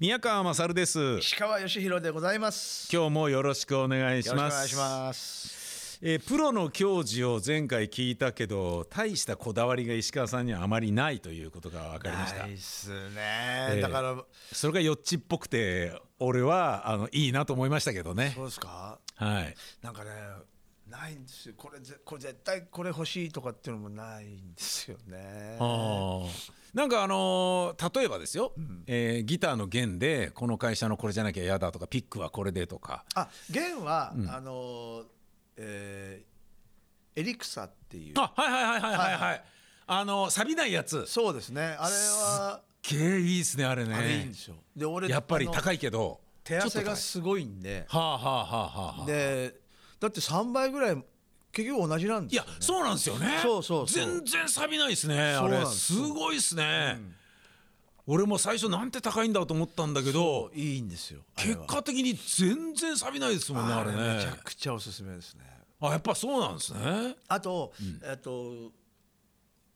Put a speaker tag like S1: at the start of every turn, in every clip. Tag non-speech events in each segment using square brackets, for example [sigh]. S1: 宮川勝です
S2: 石川義弘でございます。
S1: 今日もよろしくお願いし
S2: よろ
S1: ま
S2: しくお願
S1: す
S2: いします。
S1: えープロの教授を前回聞いたけど大したこだわりが石川さんにはあまりないということが分かりました
S2: ないっすね、
S1: ええ
S2: だから、
S1: それがよっちっぽくて俺はあのいいなと思いましたけどね
S2: そうですか。
S1: はい
S2: なんかね、ないんですよ。これぜこれ絶対これ欲しいとかっていうのもないんですよね。
S1: あーなんかあのー例えばですよ、えーギターの弦でこの会社のこれじゃなきゃ嫌だとかピックはこれでとか
S2: あ、弦は、あの、えーエリクサっていう。
S1: あはいはいはいはいはいはい、
S2: は
S1: あのー錆びないやつ
S2: そうですね。あれは、
S1: けーいいですねあれね
S2: あれいいんですよ。で、俺
S1: やっぱり
S2: い。
S1: 高いけど
S2: 手汗が
S1: ち
S2: すごいんで。
S1: ょっと高いはあはあはあはあはあ
S2: で、だって三倍ぐらい結局同じなんです
S1: い
S2: よ
S1: や
S2: ね、
S1: そうなんですよね
S2: そうそうそう
S1: 全然錆びないですねあ
S2: そうな
S1: れ
S2: んです
S1: すごいですね、俺も最初なんて高いんだと思ったんだけど
S2: いいんですよ。あれ
S1: 結
S2: は
S1: 果的に全然錆びないですもんねあれね
S2: めちゃくちゃおすすめですね。
S1: あやっぱそうなんですね
S2: あと、えっと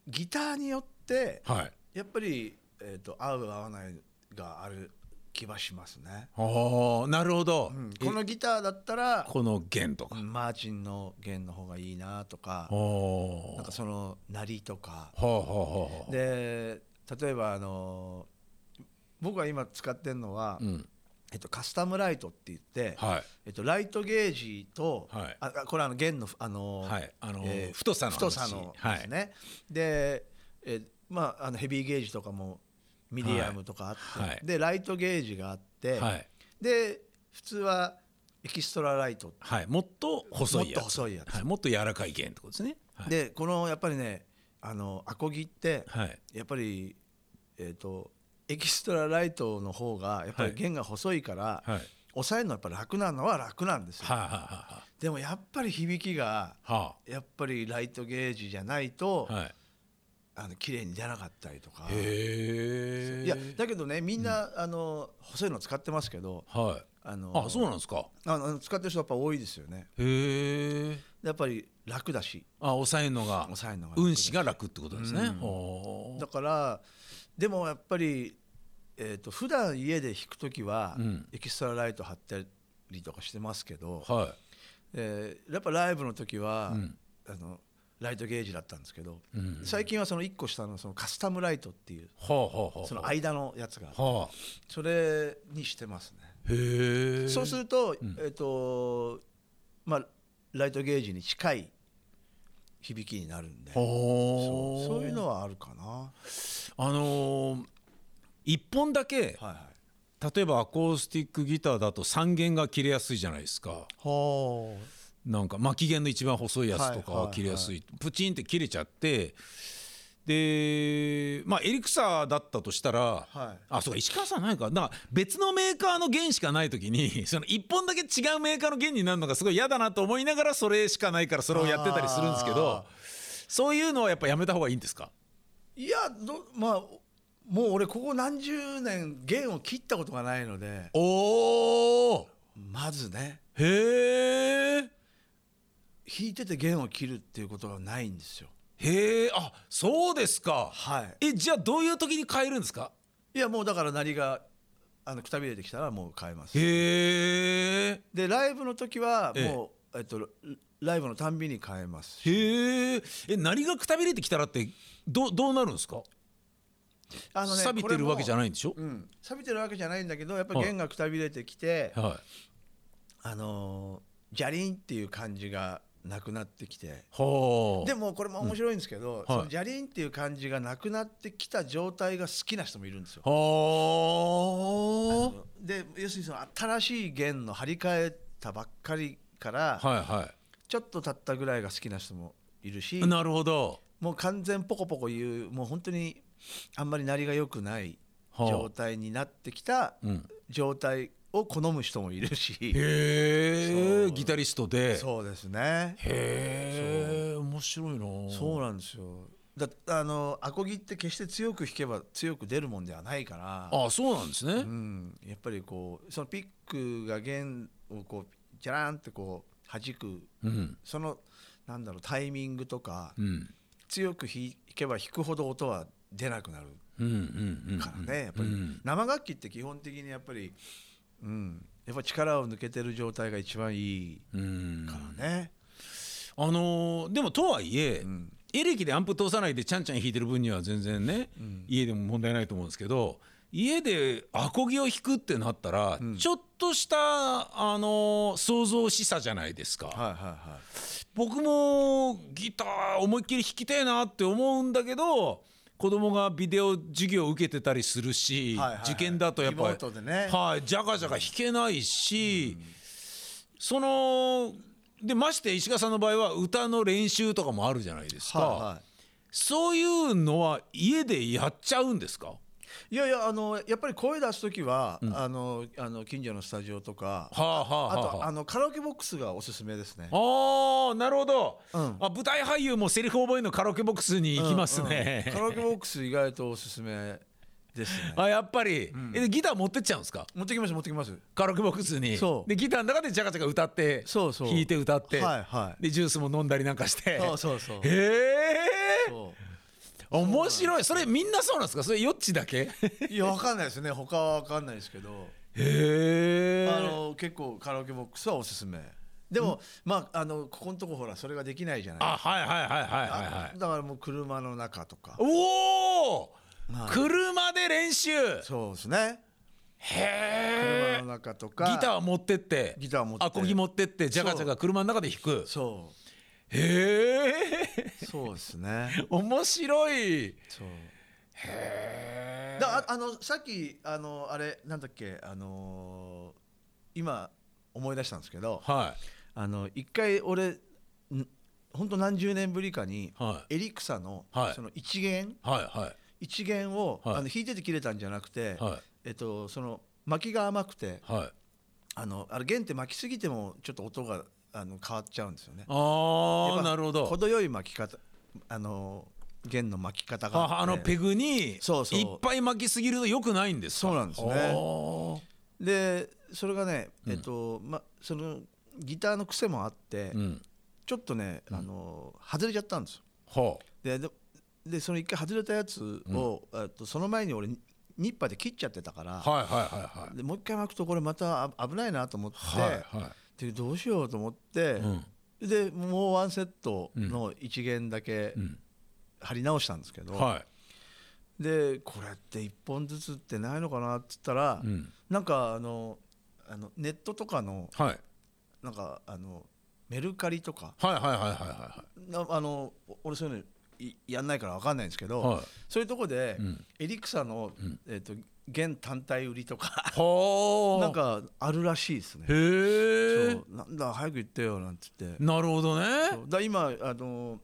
S2: ギターによって、
S1: はい
S2: やっぱりえっと合う合わないがある気はしますね。
S1: ああなるほど、
S2: うん
S1: え
S2: このギターだったら
S1: この弦とか、
S2: うんマーチンの弦の方がいいなとか、
S1: お
S2: なんかその鳴りとか、
S1: はあはあはあはあ
S2: で例えばあの僕が今使ってるのは、
S1: ん
S2: えっとカスタムライトって言って。
S1: はい
S2: えっと、ライトゲージと、
S1: はい
S2: ああこれあの弦の、あの
S1: はいあの太さの話
S2: 太さのですね、で、えーまあ、あのヘビーゲージとかもミディアムとかあって、
S1: はいはい
S2: でライトゲージがあって、
S1: はい
S2: で普通はエキストラライト、
S1: はいもっと細いやつ
S2: もっと細いやつ
S1: はい、もっと柔らかい弦ってことですねはい
S2: でこのやっぱりねあのアコギって、
S1: はい
S2: やっぱりえっ、とエキストラライトの方がやっぱり弦が細いか
S1: は
S2: ら、
S1: い
S2: 押さえるのはやっぱり楽なのは楽なんですよ、
S1: はいはい
S2: でもやっぱり響きが
S1: は
S2: やっぱりライトゲージじゃないと、
S1: いはいはいはい
S2: あの綺麗に出なかったりとか
S1: へえ
S2: いやだけどねみんな、あの細いの使ってますけど
S1: はい
S2: あの
S1: あそうなんですか
S2: あの使ってる人やっぱ多いですよね
S1: へえ
S2: やっぱり楽だし
S1: あ抑えるのが
S2: 抑えるのが楽
S1: 運指が楽ってことですね、ほ
S2: だからでもやっぱり、えー、と普段家で弾く時は、
S1: うん
S2: エキストラライト貼ったりとかしてますけど、
S1: うは
S2: えーやっぱライブの時は、
S1: うん
S2: あのライトゲージだったんですけど、
S1: い、うん、
S2: 最近はその1個下のそのカスタムライトっていう
S1: はあはあはあ
S2: その間のやつがあって
S1: はあ
S2: それにしてますね。
S1: へえ
S2: そうすると、えっと、まあ、ライトゲージに近い響きになるんで。
S1: はあ
S2: そうそういうのはあるかな。は
S1: あのー一本だけ
S2: いはい。は
S1: 例えばアコースティックギターだと三弦が切れやすいじゃないですかなんか巻き弦の一番細いやつとか
S2: はいはい
S1: は
S2: はい
S1: 切れやすい,、プチンって切れちゃってでまあエリクサーだったとしたら、
S2: はい
S1: あそうか石川さんないかなんか別のメーカーの弦しかない時に [laughs] その一本だけ違うメーカーの弦になるのがすごい嫌だなと思いながらそれしかないからそれをやってたりするんですけど
S2: あ
S1: そういうのはやっぱやめた方がいいんですか
S2: いや、ど、まあ、もう俺ここ何十年弦を切ったことがないので。
S1: おお
S2: まずね、
S1: へえ
S2: 弾いてて弦を切るっていうことがないんですよ。
S1: へえあそうですか
S2: はい。
S1: えじゃあどういう時に変えるんですか
S2: いや、もうだから、鳴りが。あのくたびれてきたら、もう変えます。
S1: へえ
S2: で、ライブの時は、
S1: ええ
S2: もう、えっと、ライブのたんびに変えます。
S1: へええ何がくたびれてきたらってどうどうなるんですか、
S2: あのね
S1: 錆びてるわけじゃ
S2: い。
S1: ないんでしょ
S2: う、ん、錆びてるわけじゃないんだけどやっぱり
S1: はい
S2: 弦がくたびれてきて、
S1: はい
S2: あのージャリンっていう感じがなくなってきて
S1: はあ
S2: でもこれも面白いんですけど、そ
S1: は
S2: の
S1: い
S2: ジャリンっていう感じがなくなってきた状態が好きな人もいるんですよ。
S1: は
S2: で要するにその新しい弦の張り替えたばっかりから、
S1: あはいは
S2: ちょっと経ったぐらいが好きな人もいるし
S1: いなるほど
S2: もう完全ポコポコ言うもう本当にあんまり鳴りが良くない
S1: はあ
S2: 状態になってきた
S1: うん
S2: 状態を好む人もいるし。
S1: へ
S2: そ
S1: え
S2: う
S1: ギタリストで
S2: そうですね。
S1: へえ面白いな
S2: そうなんですよ。だあのアコギって決して強く弾けば強く出るもんではないから、
S1: あそうなんですね、
S2: うん、やっぱりこうそのピックが弦をこうジャラーンってこう弾く、
S1: うん
S2: そのなんだろうタイミングとか、
S1: うん
S2: 強く弾けば弾くほど音は出なくなる。
S1: うんうんうんうん
S2: からねやっぱり
S1: うん
S2: 生楽器って基本的にやっぱり、うん、やっぱ力を抜けてる状態が一番いい
S1: うん
S2: からね、
S1: あのーでもとはいえ、
S2: ん
S1: エレキでアンプ通さないでちゃんちゃん弾いてる分には全然ね、家でも問題ないと思うんですけど家でアコギを弾くってなったら、ちょっとした、あのー想像しさじゃないですか、
S2: はいはいはい
S1: 僕もギター思いっきり弾きたいなって思うんだけど子供がビデオ授業受けてたりするし、
S2: はいはいはい
S1: 受験だとやっぱ
S2: リモートでね
S1: はい、ジャカジャカ弾けないし、そのでまして石川さんの場合は歌の練習とかもあるじゃないですか、
S2: はいはい
S1: そういうのは家でやっちゃうんですか
S2: いやいやあのやっぱり声出す時は、あのあの近所のスタジオとか、
S1: はあはあは
S2: あ
S1: あ
S2: と
S1: はあ
S2: あのカラオケボックスがおすすめですね。
S1: あーなるほど、
S2: うん
S1: あ舞台俳優もセリフ覚えるのカラオケボックスに行きますね、
S2: うんうんカラオケボックス意外とおすすめですね。
S1: あやっぱり、えでギター持ってっちゃうんですか
S2: 持ってきます持ってきます。
S1: カラオケボックスに
S2: そう
S1: でギターの中でジャカジャカ歌って
S2: そうそう
S1: 弾いて歌って、
S2: はいはい
S1: でジュースも飲んだりなんかして
S2: そうそうそう
S1: へえ
S2: そ
S1: 面白いそれみんなそうなんですかそれヨッチだ [laughs] けへ
S2: ういやわかんないですね。他はわかんないですけど、
S1: え
S2: あの結構カラオケボックスはおすすめ。でも、まああのここのとこほらそれができないじゃない。
S1: あはいはいはいはいはいはい
S2: だからもう車の中とか。
S1: おお、
S2: はい
S1: 車で練習
S2: そうですね。
S1: へ
S2: 車
S1: え
S2: の中と
S1: ギ
S2: か。
S1: ター持ってって
S2: ギター持って
S1: アコギ持ってってジャカジャカ車の中で弾く
S2: そ
S1: へえ
S2: うそうですね。
S1: 面白い
S2: そう。
S1: へえ
S2: だああのさっきあのあれなんだっけあのー今思い出したんですけど
S1: は
S2: あの一回俺んほんと何十年ぶりかに、
S1: は
S2: エリクサの,、
S1: はい
S2: その一弦
S1: いはいはい
S2: 一弦を、
S1: はい
S2: あの弾いてて切れたんじゃなくて、
S1: は
S2: えっとその巻きが甘くて
S1: いはい
S2: あのあれ弦って巻きすぎてもちょっと音があの変わっちゃうんですよね。
S1: あ
S2: や
S1: あ
S2: っぱ
S1: なるほど
S2: 程よい巻き方あの弦の巻き方が
S1: ああのペグにいっ
S2: そうそう
S1: ぱい巻きすぎると良くないんですか
S2: そうなんですね
S1: ね
S2: でそれがねえっと、まそのギターの癖もあって、
S1: うん
S2: ちょっとね、あの外れちゃったんですよ
S1: は
S2: でででその一回外れたやつを、えっとその前に俺ニッパーで切っちゃってたから、
S1: あはいはいはいはい
S2: でもう一回巻くとこれまたあ危ないなと思って、
S1: はいは
S2: でどうしようと思って、でもうワンセットの一弦だけ
S1: ん
S2: 貼り直したんですけど、
S1: いは
S2: でこれって1本ずつってないのかなって言ったら、
S1: いうん
S2: なんかあのあのネットとかの
S1: はい
S2: なんかあのメルカリとか
S1: はいはいはいはいは
S2: なあのお俺そういうのいやんないから分かんないんですけど、
S1: はい
S2: そういうとこで、
S1: うん
S2: エリクサの、えっと現単体売りとか
S1: いはあ
S2: [laughs] なんかあるらしいですね。
S1: へえ
S2: そうなんだ早く言ってよなんて言って
S1: なるほどね
S2: そうだ今あの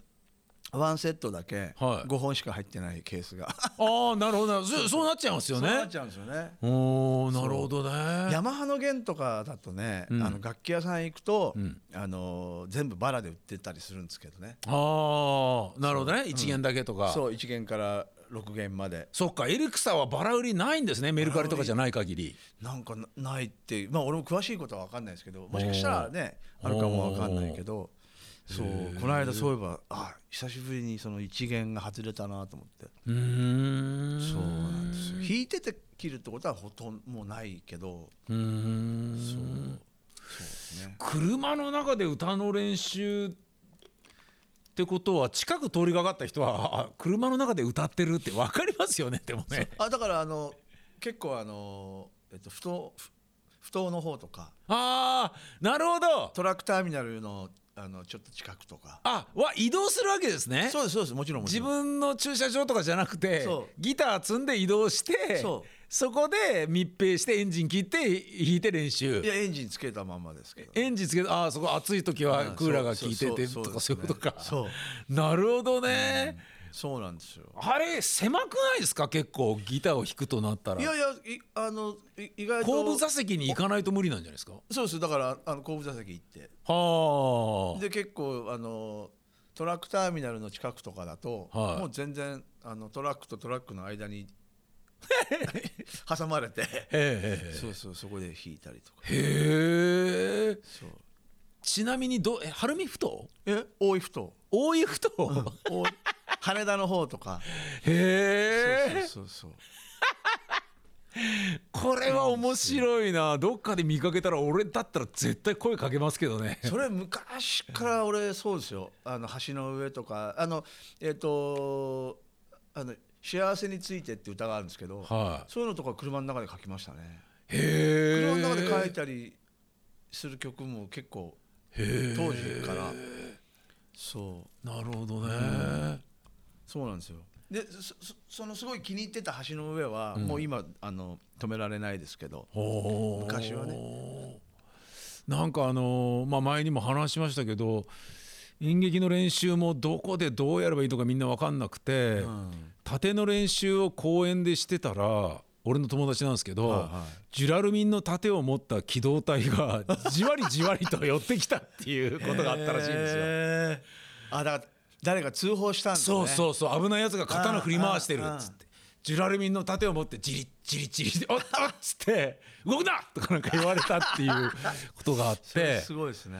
S2: ワンセットだけ
S1: はい
S2: 5本しか入ってないケースが、
S1: ああなるほどなそそうなっちゃいますよ
S2: そうな
S1: ね
S2: っちゃうんですよね。
S1: おおなるほどね
S2: ヤマハの弦とかだとね、
S1: うん
S2: あの楽器屋さん行くと、
S1: うん
S2: あの全部バラで売ってたりするんですけどね
S1: ああなるほどね一弦だけとか
S2: そう1弦から6弦まで
S1: そっかエリクサはバラ売りないんですねメルカリとかじゃない限り
S2: なんかなないってまあ俺も詳しいことは分かんないですけどもしかしたらねあるかも分かんないけどそうこの間そういえばあ久しぶりにその1弦が外れたなと思って
S1: うーん
S2: そうなんですよ弾いてて切るってことはほとんどもうないけど
S1: うーん
S2: そうですね
S1: 車の中で歌の練習ってことは近く通りがかった人はあ車の中で歌ってるって分かりますよねでもね
S2: あだからあの結構あの、えっと、不当ふ不当の方とか
S1: ああなるほど
S2: トラックターミナルのあのちょっと近くとか
S1: あわ移動するわけですね
S2: そうですそうですもちろんもち
S1: 自
S2: ろん
S1: 分の駐車場とかじゃなくて
S2: そう
S1: ギター積んで移動して
S2: そ
S1: そこで密閉してエンジン切って弾いて練習
S2: いやエンジンつけたまんまですけど
S1: エンジンつけてああそこ暑い時は
S2: うん
S1: クーラーが効いてて
S2: そう
S1: と
S2: そう
S1: か
S2: そ
S1: そう
S2: う
S1: いうことか
S2: そう
S1: [laughs] なるほどね
S2: そうなんですよ
S1: あれ狭くないですか結構ギターを弾くとなったら
S2: いやいやいあのい意外と
S1: 後部座席に行かないと無理なんじゃないですか
S2: そうですだからあの後部座席行って
S1: は
S2: で結構あのトラックターミナルの近くとかだと、
S1: はい
S2: もう全然あのトラックとトラックの間に [laughs] 挟まれて
S1: あへ
S2: そうそうそこで弾いたりとか
S1: えへえ
S2: そう
S1: ちなみにどえ晴海ふ頭
S2: え大井ふ頭
S1: 大井ふ頭
S2: 大井羽田の方とか
S1: へえ
S2: そうそうそう
S1: これは面白いなどっかで見かけたら俺だったら絶対声かけますけどね
S2: そうそれ昔から俺そうですよあの橋の上とかあのえっ、とあの「幸せについて」って歌があるんですけど、
S1: は
S2: そういうのとか車の中で書きましたね
S1: いへえ
S2: 車の中で書いたりする曲も結構当時からそう
S1: なるほどね、
S2: そうなんですよでそそそのすごい気に入ってた橋の上は、もう今あの止められないですけど
S1: おー
S2: 昔はね
S1: なんかあのーまあ、前にも話しましたけど演劇の練習もどこでどうやればいいとかみんな分かんなくて、盾の練習を公園でしてたら俺の友達なんですけど、
S2: はいは
S1: ジュラルミンの盾を持った機動隊がじわりじわりと寄ってきたっていうことがあったらしいんですよ。
S2: よあだから誰か通報したんですね
S1: そうそうそう危ないやつが刀振り回してるっつってジュラルミンの盾を持ってじりじりじりおっおっつって動くなとかなんか言われたっていうことがあっ
S2: それ
S1: て
S2: すごいですね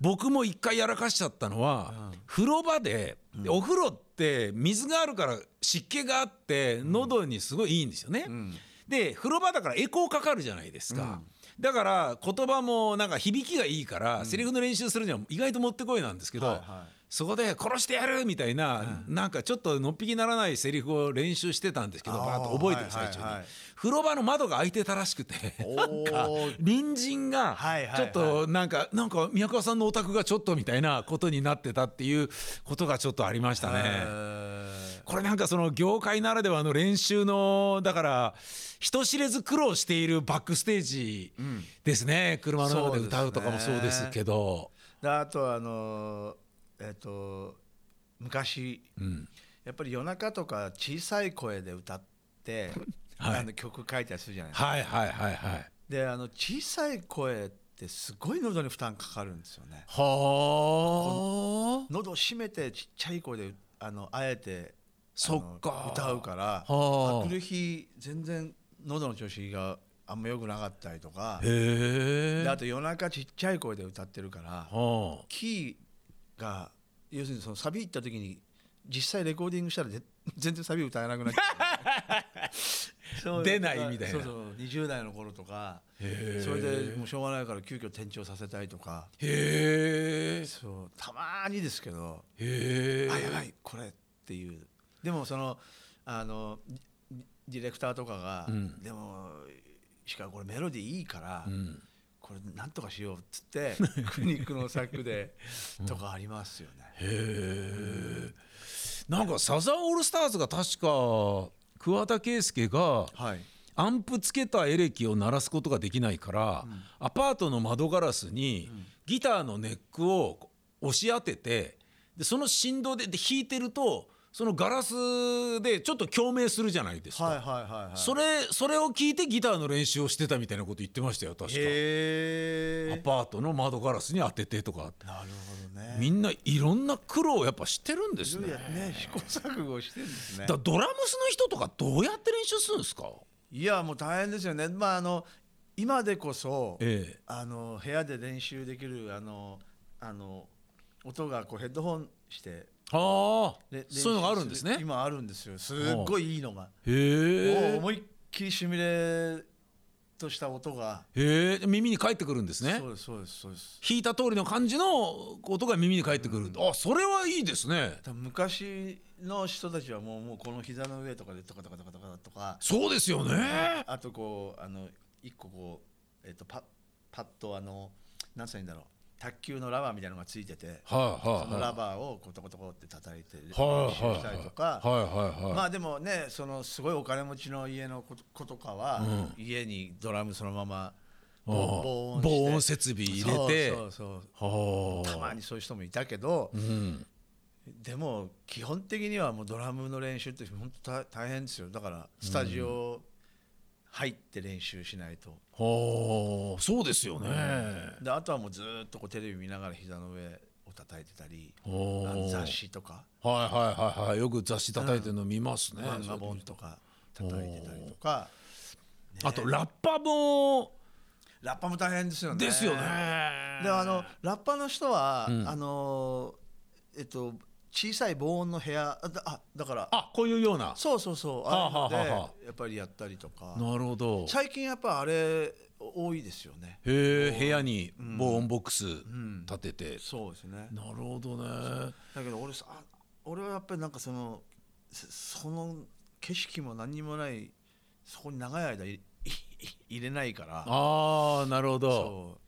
S1: 僕も一回やらかしちゃったのは風呂場ででお風呂って水があるから湿気があって喉にすごいいいんですよね。で風呂場だからエコーかかるじゃないですか。だから言葉もなんか響きがいいからセリフの練習するには意外ともってこいなんですけど
S2: はいはい
S1: そこで殺してやるみたいななんかちょっとのっぴきならないセリフを練習してたんですけど
S2: あー
S1: バーッと覚えてる
S2: はい
S1: 最
S2: はい
S1: 中
S2: は
S1: に
S2: い
S1: 風呂場の窓が開いてたらしくて
S2: お
S1: なんか
S2: ー
S1: 隣人が
S2: はいはいはい
S1: ちょっとなんかなんか宮川さんのお宅がちょっとみたいなことになってたっていうことがちょっとありました
S2: え
S1: ね。
S2: ー
S1: これなんかその業界ならではの練習のだから人知れず苦労しているバックステージですね、車の中で歌うとかもそうですけど
S2: であとあのーえっ、と昔、やっぱり夜中とか小さい声で歌って、
S1: [laughs] はい
S2: あの曲書いたりするじゃないですか
S1: はいはいはいはい。
S2: であの小さい声ってすごい喉に負担かかるんですよね
S1: はあ
S2: 喉を締めてちっちゃい声であのあえてあ
S1: そ
S2: の
S1: っか
S2: 歌うから
S1: はあ
S2: あくる日全然喉の調子があんま良くなかったりとか
S1: へえ
S2: であと夜中ちっちゃい声で歌ってるから
S1: はあ
S2: キーが要するにそのサビ行った時に実際レコーディングしたらぜ [laughs] 全然サビ歌えなくなっちゃう [laughs] そう
S1: 出ないみたいな
S2: そうそう20代の頃とかそれでもうしょうがないから急遽転調させたいとか
S1: へえ
S2: そうたまーにですけど
S1: へえ
S2: あやばいこれっていうでもそのあのディディレクターとかが、でもしかもこれメロディーいいから、これなんとかしようっつって
S1: [laughs]
S2: 苦肉の策でとかありますよね。
S1: なんかサザンオールスターズが確か桑田佳祐が
S2: はい
S1: アンプつけたエレキを鳴らすことができないから、アパートの窓ガラスにギターのネックを押し当ててでその振動でで弾いてるとそのガラスでちょっと共鳴するじゃないですか。
S2: はいはいはいはい。
S1: それそれを聞いてギターの練習をしてたみたいなこと言ってましたよ確か
S2: へ
S1: ア
S2: え。
S1: パートの窓ガラスに当ててとか
S2: なるほどね。
S1: みんないろんな苦労をやっぱしてるんですね
S2: いやね試行錯誤してるんです
S1: だ。
S2: ね
S1: からドラムスの人とかどうやって練習するんですか
S2: いやもう大変ですよね。まああの今でこそ、
S1: ええ
S2: あの部屋で練習できるあのあの音がこうヘッドホンして
S1: ああ
S2: れ練習
S1: そういうのがあるんですね
S2: 今あるんですよ。すっごいいいのが。
S1: へ
S2: もう
S1: え
S2: 思いっきりシミュレとした音が。
S1: へえ耳に返ってくるんですね
S2: そうですそうですそうです。
S1: 弾いた通りの感じの音が耳に返ってくる、あそれはいいですね
S2: 多分昔の人たちはもうもうこの膝の上とかでとかとかとかとかとか。
S1: そうですよね
S2: あとこうあの一個こうえっ、とパッパッとあの何歳んだろう卓球のラバーみたいなのがついてて、
S1: はいは
S2: そ
S1: いは
S2: の
S1: い
S2: ラバーをこうトコトコって叩いて練習
S1: はいはい
S2: したりとか。
S1: はいはいはい
S2: まあでもねそのすごいお金持ちの家の子子とかは、家にドラムそのまま
S1: ああ
S2: 防音して
S1: 防音設備入れて
S2: そうそうそ
S1: は
S2: う
S1: あ
S2: たまにそういう人もいたけど、
S1: うん
S2: でも基本的にはもうドラムの練習って本当大大変ですよだからスタジオ入って練習しないと、
S1: はあそうですよね、
S2: であとはもうずーっとこうテレビ見ながら膝の上を叩いてたりあ
S1: おー
S2: の雑誌とか
S1: はいはいはいはいよく雑誌叩いてるの見ますね、
S2: 漫画本とか叩いてたりとか
S1: あとラッパも
S2: ラッパも大変ですよね。
S1: ですよね
S2: であのラッパの人は、あのえっと小さい防音の部屋あだあだから
S1: あこういうような
S2: そうそうそう
S1: はあ
S2: あ
S1: はあ
S2: あいう
S1: はあは
S2: のでやっぱりやったりとか
S1: なるほど
S2: 最近やっぱあれ多いですよね
S1: へえ部屋に防音ボックス立てて、
S2: そうですね
S1: なるほどね
S2: だけど俺さあ俺はやっぱりなんかそのそその景色も何にもないそこに長い間い [laughs] いい入れないから
S1: ああなるほど
S2: そ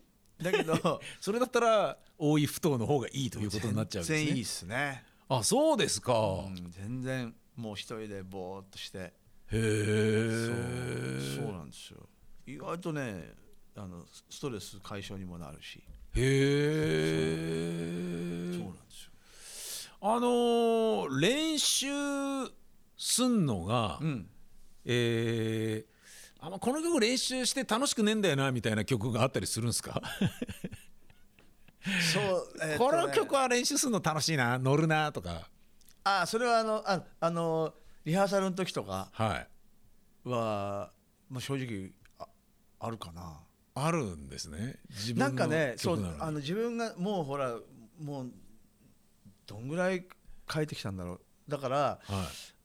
S2: うだけど
S1: それだったら多い不当の方がいいということになっちゃうんですね
S2: 全然いいっすね、
S1: あそうですか、
S2: うん全然もう一人でぼーっとして
S1: へえ
S2: そうそうなんですよ意外とねあのストレス解消にもなるし、
S1: へえ
S2: そうなんですよ
S1: あのー練習すんのが、
S2: うん
S1: えーあんまこの曲練習して楽しくねえんだよなみたいな曲があったりするんですか、
S2: そう、えーっと
S1: こ
S2: ね
S1: の曲は練習するの楽しいな乗るなとか
S2: あそれはあのああのリハーサルの時とか
S1: はい
S2: は、まあ、正直ああるかな
S1: あるんですね自分の
S2: なんかねそ
S1: 曲
S2: う
S1: なのに
S2: あの自分がもうほらもうどんぐらい書いてきたんだろうだから
S1: はい、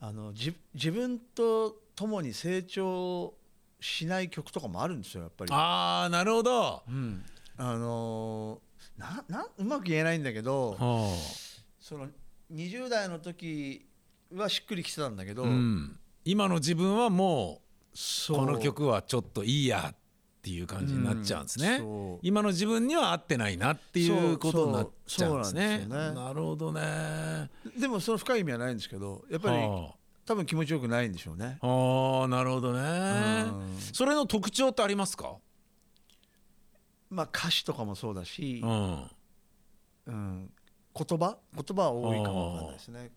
S2: あのじ自分と共に成長しない曲とかもあるんですよやっぱり。
S1: ああなるほど、は
S2: うん、あのーななうまく言えないんだけど
S1: あ
S2: その20代の時はしっくりきてたんだけど、
S1: うん、今の自分はもう
S2: そう
S1: この曲はちょっといいやっていう感じになっちゃうんですね、
S2: うんそう
S1: 今の自分には合ってないなっていうことになっちゃうんですね
S2: そうそうそうなんですよね
S1: るほどねや
S2: でもその深い意味はないんですけどやっぱり、
S1: は
S2: 多分気持ちよくないんでしょうね。
S1: あはあなるほどね、
S2: うん
S1: それの特徴ってありますか、
S2: まあ、歌詞とかもそうだし、
S1: うん、
S2: うん、言葉言葉は多いかもわかんないですね。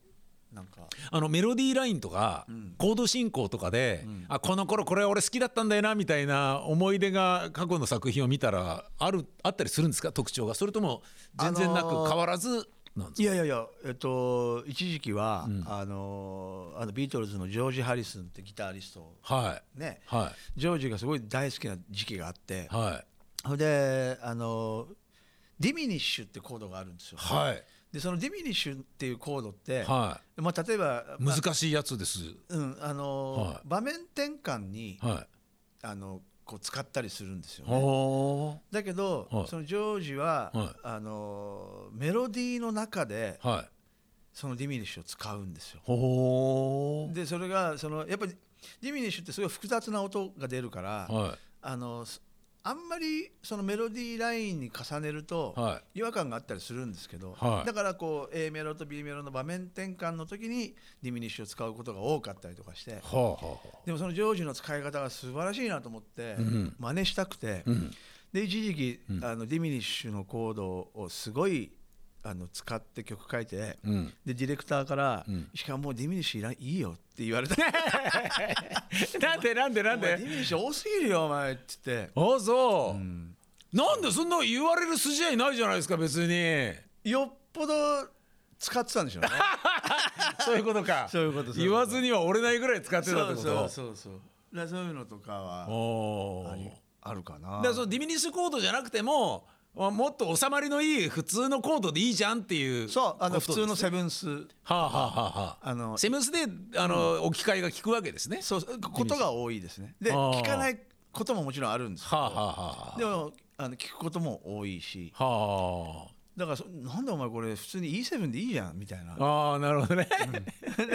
S2: なんか
S1: あのメロディーラインとか
S2: うん
S1: コード進行とかで、
S2: うん
S1: あこの頃これ俺好きだったんだよなみたいな思い出が過去の作品を見たらあるあったりするんですか特徴がそれとも全然なく
S2: あのー
S1: 変わらずなんです
S2: い
S1: か、
S2: やいやいや、えっと、一時期は、
S1: うん
S2: あのあのビートルズのジョージ・ハリスンってギタリスト
S1: はい
S2: ね
S1: は
S2: ジョージがすごい大好きな時期があって
S1: いはい
S2: それであのディミニッシュってコードがあるんですよ。
S1: はい
S2: でそのディミニッシュっていうコードって、
S1: は
S2: まあ、例えば、
S1: い
S2: まあ
S1: 難しいやつです
S2: うんあの
S1: はい
S2: 場面転換に、
S1: は
S2: あのこう使ったりするんですよ
S1: い
S2: ね。
S1: は
S2: だけど、
S1: はい
S2: そのジョージは、
S1: はい
S2: あのメロディーの中で
S1: あはい
S2: そのディミニッシュを使うんですよ。
S1: ほ
S2: でそれがそのやっぱりディミニッシュってすごい複雑な音が出るから、
S1: ーは
S2: あのすあんまりそのメロディーラインに重ねると
S1: いはい
S2: 違和感があったりするんですけど、
S1: はい
S2: だからこう A メロと B メロの場面転換の時にディミニッシュを使うことが多かったりとかして
S1: はあはあは
S2: でもそのジョージの使い方が素晴らしいなと思って
S1: うん
S2: 真似したくて、
S1: あうん
S2: で一時期、
S1: うん
S2: あのディミニッシュのコードをすごいあの使って曲書いて
S1: うん
S2: でディレクターから
S1: うん
S2: 「しかもうディミニッシュいらんいいよ」って言われた
S1: [laughs] なんでなんでな
S2: お
S1: ん
S2: 前デ
S1: で
S2: ィミニッシュ多すぎるよお前」って言って。
S1: あそう、
S2: うん
S1: なんでそんな言われる筋合いないじゃないですか別に
S2: [laughs] よっぽど使ってたんでしょうね
S1: そういうことか
S2: そういうことそうい
S1: 言
S2: うこと
S1: わずには折れないぐらい使ってたってこと
S2: [laughs] そうそうそうそうだからそういうのとかは
S1: おー
S2: ありあるかな
S1: だからそのディミニッシュコードじゃなくてもあもっと収まりのいい普通のコードでいいじゃんっていう
S2: そうあの
S1: こと
S2: 普
S1: ですね
S2: 通のセブンス
S1: はあはあはあは
S2: あの
S1: セブンスであの、置き換えが効くわけですね
S2: そうことが多いですねで
S1: あー
S2: 聞かないことももちろんあるんですけど
S1: はあはあ
S2: でもあの聞くことも多いし
S1: あは
S2: だからそなんでお前これ普通に E7 でいいじゃんみたいな
S1: あああなるほどね、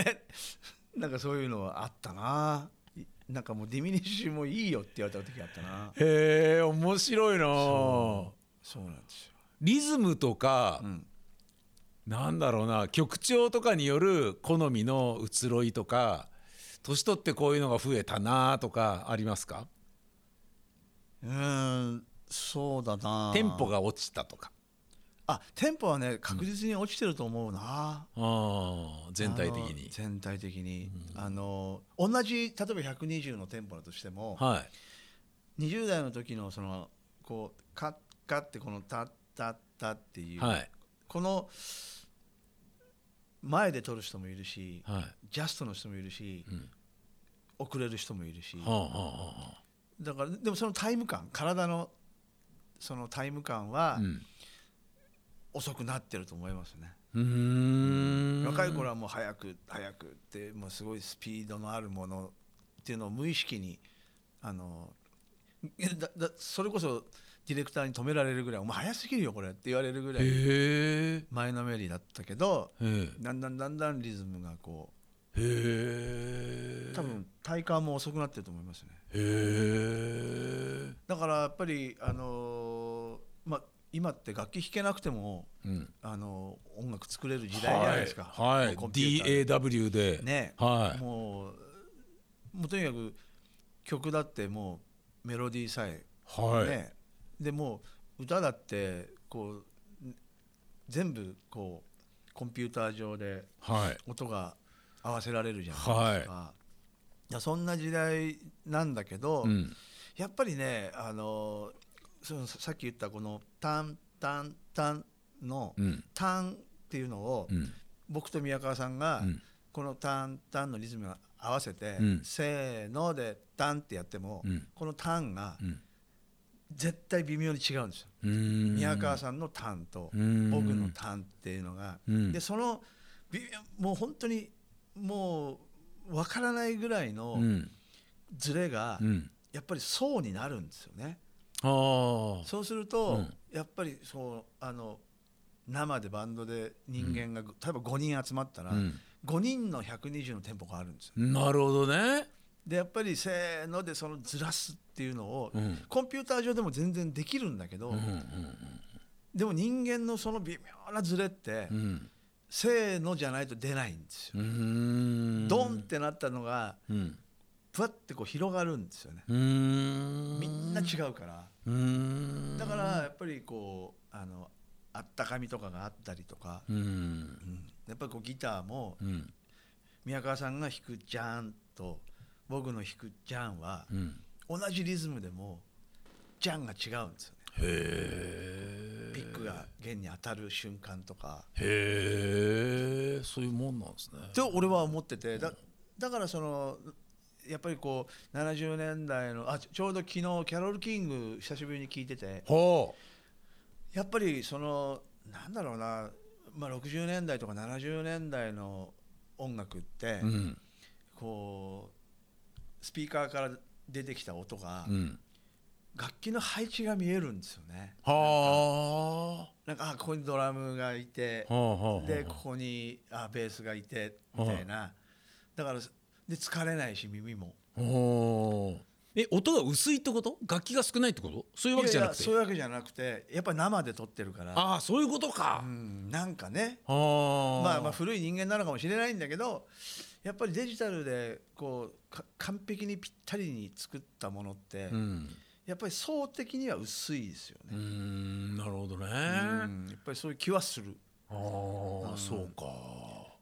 S2: [laughs] なんかそういうのはあったないなんかもうディミニッシュもいいよって言われた時があったな
S1: へえ面白いな
S2: そうなんですよ
S1: リズムとか、
S2: ん
S1: なんだろうな曲調とかによる好みの移ろいとか年取ってこういうのが増えたなとかありますか
S2: うーんそうだな
S1: テンポが落ちたとか
S2: あテンポはね確実に落ちてると思う
S1: あ
S2: な、
S1: ー全体的
S2: あの
S1: に
S2: 全体的に、あの同じ例えば120のテンポだとしても、
S1: はい
S2: 20代の時のそのこうカッカッってこのタッタッタっていう、
S1: はい
S2: この前で撮る人もいるし、
S1: はい
S2: ジャストの人もいるし、
S1: うん
S2: 遅れる人もいるし、
S1: はあはあは
S2: だからでもそのタイム感体のそのタイム感
S1: あ
S2: は
S1: うん
S2: 遅くなってると思いますね。
S1: うーん
S2: 若い頃はもう早く早くってもうすごいスピードのあるものっていうのを無意識にあのだだそれこそディレクターに止められるぐらい「お前早すぎるよこれ」って言われるぐら
S1: へ
S2: い
S1: え
S2: 前のめりだったけど
S1: へ
S2: だんだんだんだんリズムがこ
S1: え
S2: う多分体感も遅くなってると思いますね。
S1: へえ
S2: だからやっぱりあのーまあ今って楽器弾けなくても
S1: うん
S2: あのー音楽作れる時代じゃないですか。
S1: はい、は
S2: も
S1: いう
S2: コンピューター
S1: DAW
S2: で
S1: で、
S2: ね
S1: はい
S2: もうもうとにかく曲だってもうメロディーさえ、
S1: はい、
S2: ねでもう歌だってこうん全部こうコンピューター上で
S1: はい
S2: 音が合わせられるじゃないですか、いやそんな時代なんだけど、
S1: うん
S2: やっぱりねあのそのさっき言ったこの「タンタンタン」の
S1: うん
S2: 「タン」っていうのを
S1: うん
S2: 僕と宮川さんが、
S1: うん
S2: この「タンタン」のリズムが合わせて、
S1: うん
S2: せーので「タン」ってやっても、
S1: うん
S2: この「タン」が
S1: うん
S2: 絶対微妙に違うんですよ。
S1: うーん
S2: 宮川さんの「タン」と
S1: うん
S2: 僕の「タン」っていうのが、
S1: うん
S2: でその微妙もう本当にもう分からないぐらいの
S1: うん
S2: ズレが、
S1: うん
S2: やっぱり層になるんですよね。
S1: ああ
S2: そうすると、
S1: うん
S2: やっぱりそうあの生でバンドで人間が、例えば5人集まったら、
S1: うん
S2: 5人の120のテンポがあるんですよ。
S1: なるほどね
S2: でやっぱりせーのでそのずらすっていうのを、
S1: うん
S2: コンピューター上でも全然できるんだけど、
S1: うん
S2: でも人間のその微妙なズレって、
S1: うんうん
S2: せーのじゃないと出ないんです
S1: うー
S2: よ。
S1: ん
S2: ドンってなったのが
S1: うん
S2: ふわってこう広がるんですよね。
S1: うーん
S2: みんな違うから。
S1: うーん
S2: だからやっぱりこうあのあったかみとかがあったりとか、
S1: うん
S2: うんやっぱりこうギターも
S1: うん
S2: 宮川さんが弾くジャーンと僕の弾くジャーンは
S1: うん
S2: 同じリズムでもジャンが違うんですよ
S1: へえ
S2: ねピックが弦に当たる瞬間とか
S1: へえそういうもんなんですね
S2: と俺は思っててだだからそのやっぱりこう70年代のあちょちょうど昨日キャロル・キング久しぶりに聞いてて
S1: は
S2: やっぱりそのなんだろうな、まあ、60年代とか70年代の音楽って、
S1: あうん
S2: こうスピーカーから出てきた音が、
S1: うん
S2: 楽器の配置が見えるんですよね。
S1: はあは
S2: なんかあここにドラムがいて
S1: あはあ
S2: でここにあベースがいてみたいなだからで疲れないし耳も
S1: おえ音が薄いってこと楽器が少ないってことそういうわけじゃなくて
S2: いやいやそういうわけじゃなくてやっぱり生で撮ってるから、
S1: ああそういうことか
S2: う、ん、なんかね
S1: あー
S2: まあまあ古い人間なのかもしれないんだけどやっぱりデジタルでこうか完璧にぴったりに作ったものって、
S1: うん
S2: やっぱり層的には薄いですよ
S1: うー
S2: ね、
S1: んなるほどね、
S2: うんやっぱりそういう気はする
S1: ああ、そうか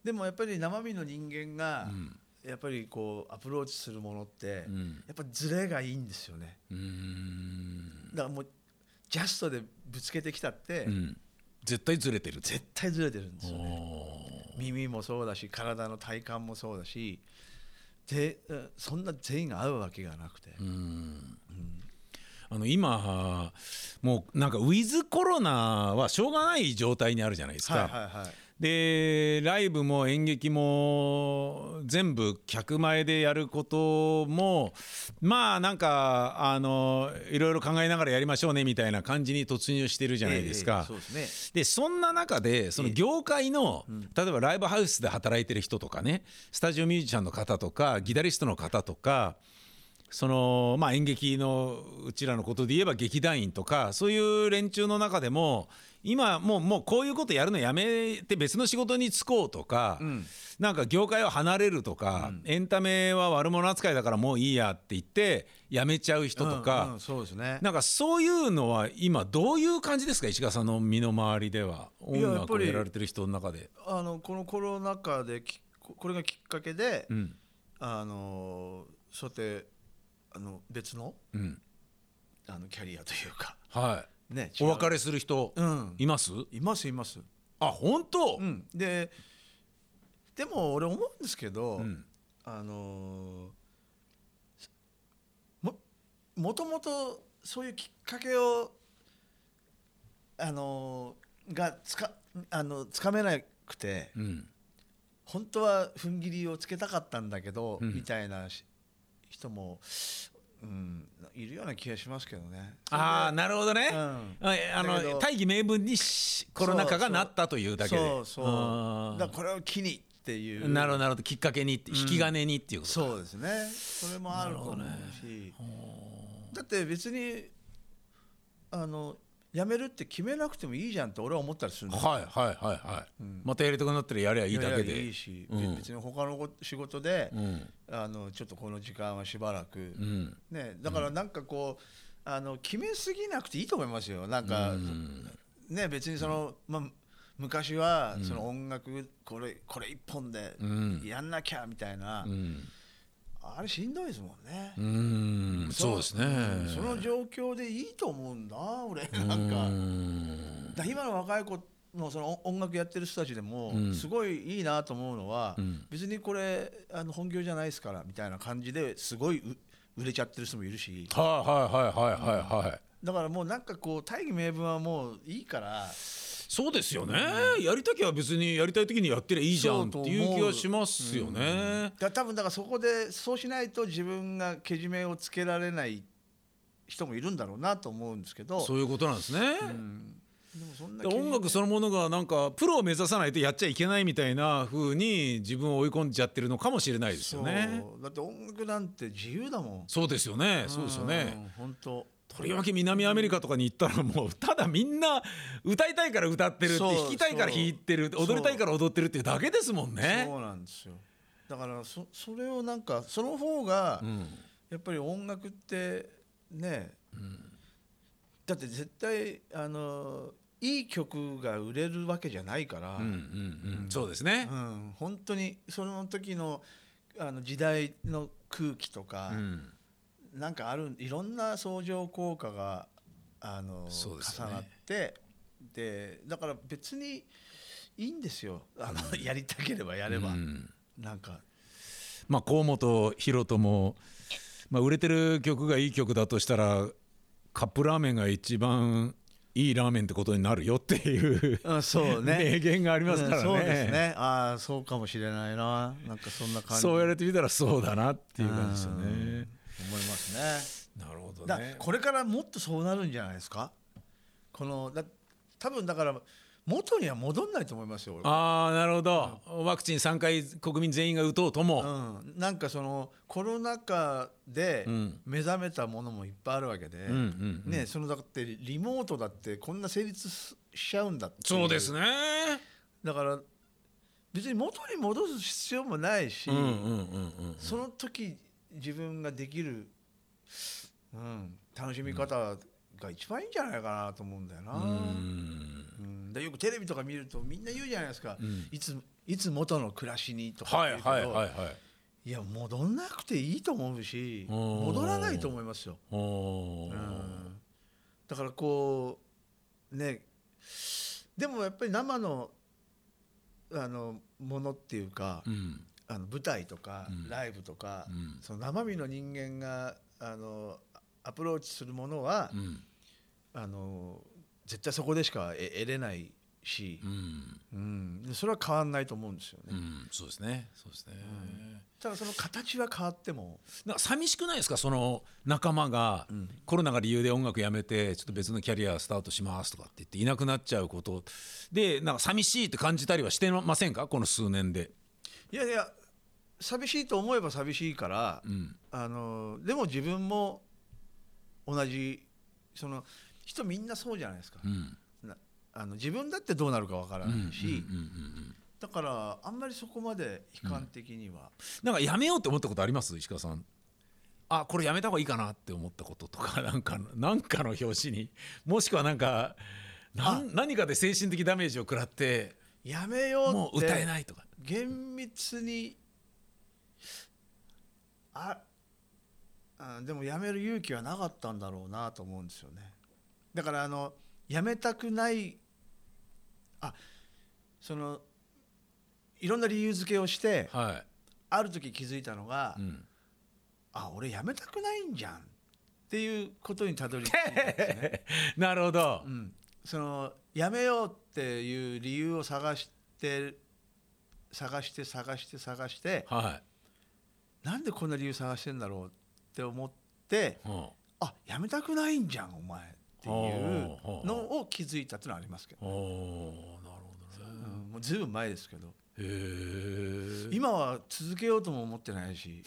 S2: でもやっぱり生身の人間が、
S1: ん
S2: やっぱりこうアプローチするものって、
S1: うん
S2: やっぱズレがいいんですよね
S1: うーん
S2: だからもうジャストでぶつけてきたって、
S1: うん絶対ずれてる
S2: 絶対ずれてるんです
S1: あ
S2: よね
S1: ー
S2: 耳もそうだし体の体幹もそうだしでうんそんな全員が合うわけがなくて、
S1: あの今もうなんかウィズコロナはしょうがない状態にあるじゃないですか、
S2: はいはいはい
S1: でライブも演劇も全部客前でやることもまあなんかあのいろいろ考えながらやりましょうねみたいな感じに突入してるじゃないです
S2: えええ
S1: か
S2: え。そうですね
S1: でそんな中でその業界の例えばライブハウスで働いてる人とかねスタジオミュージシャンの方とかギタリストの方とかそのまあ演劇のうちらのことで言えば劇団員とかそういう連中の中でも今もうもうこういうことやるのやめて別の仕事に就こうとか、なんか業界を離れるとか、エンタメは悪者扱いだからもういいやって言って辞めちゃう人とか、
S2: うんうんそうですね
S1: なんかそういうのは今どういう感じですか石川さんの身の回りでは音
S2: ややっ
S1: 楽
S2: ぱ
S1: を
S2: り
S1: やられてる人の中で。
S2: あのこのコロナ禍できこれがきっかけで、
S1: うん
S2: あのそうやってあの別の
S1: うん
S2: あのキャリアというか
S1: は
S2: ね
S1: い、お別
S2: れ
S1: れする人
S2: うん
S1: います、
S2: いますいます、
S1: あ本当、
S2: うん、ででも俺思うんですけど、
S1: うん
S2: あのももともとそういうきっかけをあのがつかあのつかめなくて
S1: うん
S2: 本当は踏ん切りをつけたかったんだけど、
S1: うん
S2: みたいなし人も、うん、いるような気がしますけどね。
S1: ああなるほどね、
S2: うん
S1: ああ
S2: だけ
S1: の
S2: ど
S1: 大義名分にしコロナ禍がなったというだけで
S2: そうそう
S1: あー
S2: だからこれを機にっていう
S1: なるほどなるほどきっかけにって引き金にっていうことか
S2: そうですねそれもあると思うし、だって別にあの辞めるって決めなくてもいいじゃんって俺は思ったりするの
S1: はいはいはいはい、またやりたくなったらやりゃいいだけで
S2: ややいいし、
S1: うん
S2: 別に他のご仕事で、
S1: うん
S2: あのちょっとこの時間はしばらく、
S1: うん
S2: ね、だからなんかこう、あの決めすぎなくていいと思いますよなんか、ね別にその、まあ昔はその音楽これこれ一本で
S1: ん
S2: やんなきゃみたいな、
S1: うん
S2: あれしんどいですもんね
S1: う、ーんそうですね
S2: その状況でいいと思うんだ俺な
S1: うん
S2: か,、
S1: ん
S2: だ今の若い子のその音楽やってる人たちでも
S1: うん
S2: すごいいいなと思うのは、
S1: うん
S2: 別にこれあの本業じゃないですからみたいな感じですごいう売れちゃってる人もいるし
S1: はいはいはいはいはいはい
S2: だからもうなんかこう大義名分はもういいから
S1: そうですよね、やりたきゃ別にやりたい時にやってりゃいいじゃんっていう気がしますよね、
S2: だ多分だからそこでそうしないと自分がけじめをつけられない人もいるんだろうなと思うんですけど
S1: そういうことなんですね、
S2: でもそんな
S1: だから音楽そのものがなんかプロを目指さないとやっちゃいけないみたいな風に自分を追い込んじゃってるのかもしれないですよね
S2: そうだって音楽なんて自由だもん
S1: そうですよねそうですよね、
S2: うん本当
S1: とりわけ南アメリカとかに行ったらもうただみんな歌いたいから歌ってるって
S2: そう
S1: 弾きたいから弾いてる
S2: そう
S1: 踊りたいから踊ってるっていうだけですもんね
S2: そうなんですよだからそそれをなんかその方がやっぱり音楽ってね、だって絶対あのいい曲が売れるわけじゃないから、
S1: うんうんうんそうですね
S2: うん本当にその時のあの時代の空気とか、
S1: うん
S2: なんかあるいろんな相乗効果があの、
S1: そうです
S2: 重
S1: よね
S2: なってでだから別にいいんですよあの、やりたければやれば、
S1: うん
S2: なんか
S1: まあ河本大翔もまあ売れてる曲がいい曲だとしたらカップラーメンが一番いいラーメンってことになるよっていう
S2: うん、そう [laughs] ね。
S1: 名言がありますから
S2: うん
S1: ね。
S2: そうですね。ああ、そうかもしれないな。なんかそんな感じ。
S1: そうや
S2: る
S1: れてみたらそうだなって
S2: て
S1: いう感じですよね。
S2: 思いますね。
S1: なるほど
S2: だからこれからもっとそうなるんじゃないですか。このだ多分だから元には戻んないと思いますよ。俺
S1: ああなるほど、ワクチン3回国民全員が打とうとも、
S2: うん、なんかそのコロナ禍で
S1: うん
S2: 目覚めたものもいっぱいあるわけで、
S1: うんうんうん
S2: ねそのだってリモートだってこんな成立しちゃうんだってい
S1: そうですね
S2: だから別に元に戻す必要もないし、
S1: うんうんうんうん
S2: その時自分ができる、うん、楽しみ方が一番いいんじゃないかなと思うんだよな、
S1: う
S2: うん
S1: ん
S2: でよくテレビとか見るとみんな言うじゃないですか、
S1: ん
S2: いついつ元の暮らしにとか
S1: はい
S2: って言うけど
S1: はいはいはい
S2: いや戻んなくていいと思うし
S1: うん
S2: 戻らないと思いますよ、
S1: おー
S2: うんだからこうねでもやっぱり生のあのものっていうか、
S1: うん
S2: あの舞台とかライブとか、
S1: うん
S2: その生身の人間があのアプローチするものは、
S1: うん
S2: あの絶対そこでしか得得れないし
S1: う、ん
S2: うんそれは変わんないと思うんですよね、
S1: うんそうですねそうですね、
S2: ただその形は変わっても
S1: なんか寂しくないですかその仲間が、コロナが理由で音楽やめてちょっと別のキャリアスタートしますとかって言っていなくなっちゃうことでなんか寂しいって感じたりはしてませんかこの数年で。
S2: いやいや寂しいと思えば寂しいから、
S1: うん
S2: あのでも自分も同じその人みんなそうじゃないですか、
S1: うん
S2: なあの自分だってどうなるかわからないし、
S1: うんうんうん
S2: だからあんまりそこまで悲観的には、
S1: なんかやめようって思ったことあります石川さんあこれやめた方がいいかなって思ったこととか [laughs] なんかなんかの表紙にもしくはなんかなん何かで精神的ダメージを食らって
S2: やめようって
S1: もう歌えないとか
S2: 厳密にああでもやめる勇気はなかったんだろうなと思うんですよねだからあのやめたくないあそのいろんな理由付けをして
S1: は
S2: ある時気づいたのが、
S1: い、うん、
S2: あ俺やめたくないんじゃんっていうことにたどり着いたんですね
S1: なるほど
S2: う、ん、そのやめようっていう理由を探しって探して探して探して
S1: は
S2: なんでこんな理由探してんだろうって思って
S1: い。は
S2: あやめたくないんじゃんお前っていう
S1: ああ
S2: のを気づいたっていうのはありますけど、
S1: あ。おなるほど
S2: う
S1: ね。
S2: ん、もうずいぶん前ですけど
S1: へえ。
S2: 今は続けようとも思ってな
S1: [laughs]
S2: いし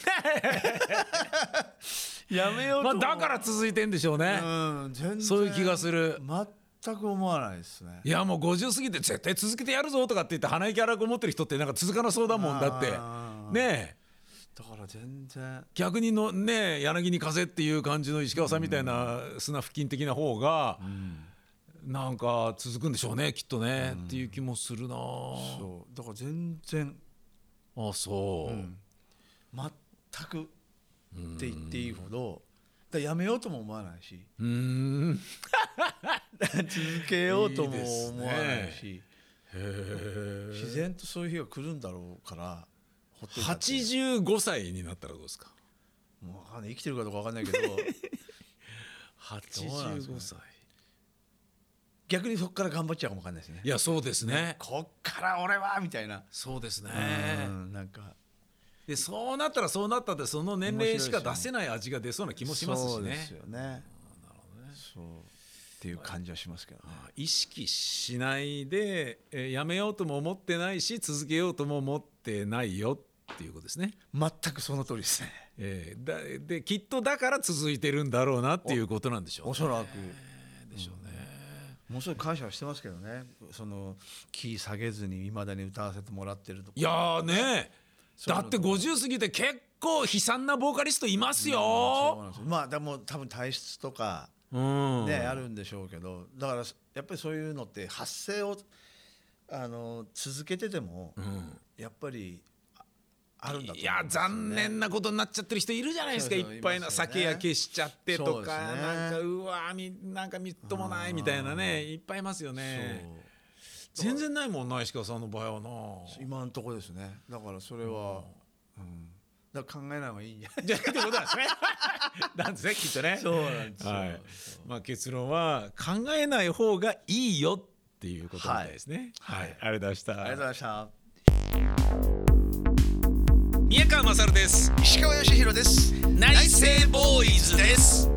S2: やめよう
S1: ま
S2: と
S1: あ
S2: も、
S1: だから続いてんでしょうね。
S2: うん、全然
S1: そういう気がする
S2: 全く思わないですね
S1: いやもう50過ぎて絶対続けてやるぞとかって言って鼻息荒く思ってる人ってなんか続かなそうだもんだって
S2: あー
S1: ねえ
S2: だから全然
S1: 逆にのねえ柳に風っていう感じの石川さんみたいな砂腹筋的な方がなんか続くんでしょうねきっとねっていう気もするなあ
S2: そうだから全然
S1: あそう、
S2: 全くって言っていいほどだからやめようとも思わないし
S1: うーん
S2: 続けようとも思わ
S1: いい
S2: な
S1: で
S2: い
S1: す
S2: し
S1: へえ
S2: 自然とそういう日が来るんだろうからほっといたって
S1: 85歳になったらどうですか
S2: もうわかんない生きてるかどうかわかんないけ [laughs] どうなんですかね逆にそこから頑張っちゃうかもわかんないですね
S1: いやそうですね
S2: こっから俺はみたいな、
S1: そうですね
S2: うんなんか
S1: でそうなったらそうなったってその年齢しか出せない味が出そうな気もしますし
S2: そうで
S1: ね
S2: すよねそうっていう感じはしますけどね
S1: あ意識しないで、えーやめようとも思ってないし続けようとも思ってないよっていうことですね、
S2: 全くその通りですね
S1: えーだできっとだから続いてるんだろうなっていうことなんでしょう
S2: おそらく
S1: でしょうね、
S2: もうすごい感謝はしてますけどねそのキー下げずにいまだに歌わせてもらってるとか
S1: いやーね
S2: そう
S1: だ
S2: なん
S1: っ
S2: だ
S1: て50過ぎて結構悲惨なボーカリストいます
S2: そう
S1: よ
S2: なんですよまあでも多分体質とか
S1: うん
S2: ね、あるんでしょうけどだからやっぱりそういうのって発声をあの続けてても、
S1: うん
S2: やっぱりああるんだと思
S1: いや残念
S2: な
S1: なことになっちゃってる人いるじゃないですか
S2: そうそう
S1: いっぱいな
S2: ますよね
S1: 酒やけしちゃって
S2: そ
S1: と
S2: うです
S1: か、
S2: ね
S1: なんかうわーみなんかみっともないみたいなねいっぱいいますよね全然ないもんな石川さんの場合はな
S2: 今のところですねだからそれは、うんだから考えない方がいいんじゃな
S1: [laughs]
S2: い
S1: じゃあってことなん [laughs] ですねなんですねきっとね
S2: そうなんですよ
S1: はいまあ、結論は考えない方がいいよっていうことみたいですねはい、ありがとうございました
S2: ありがとうございました
S1: 宮川勝です
S2: 石川義弘です
S1: 内政ボーイズです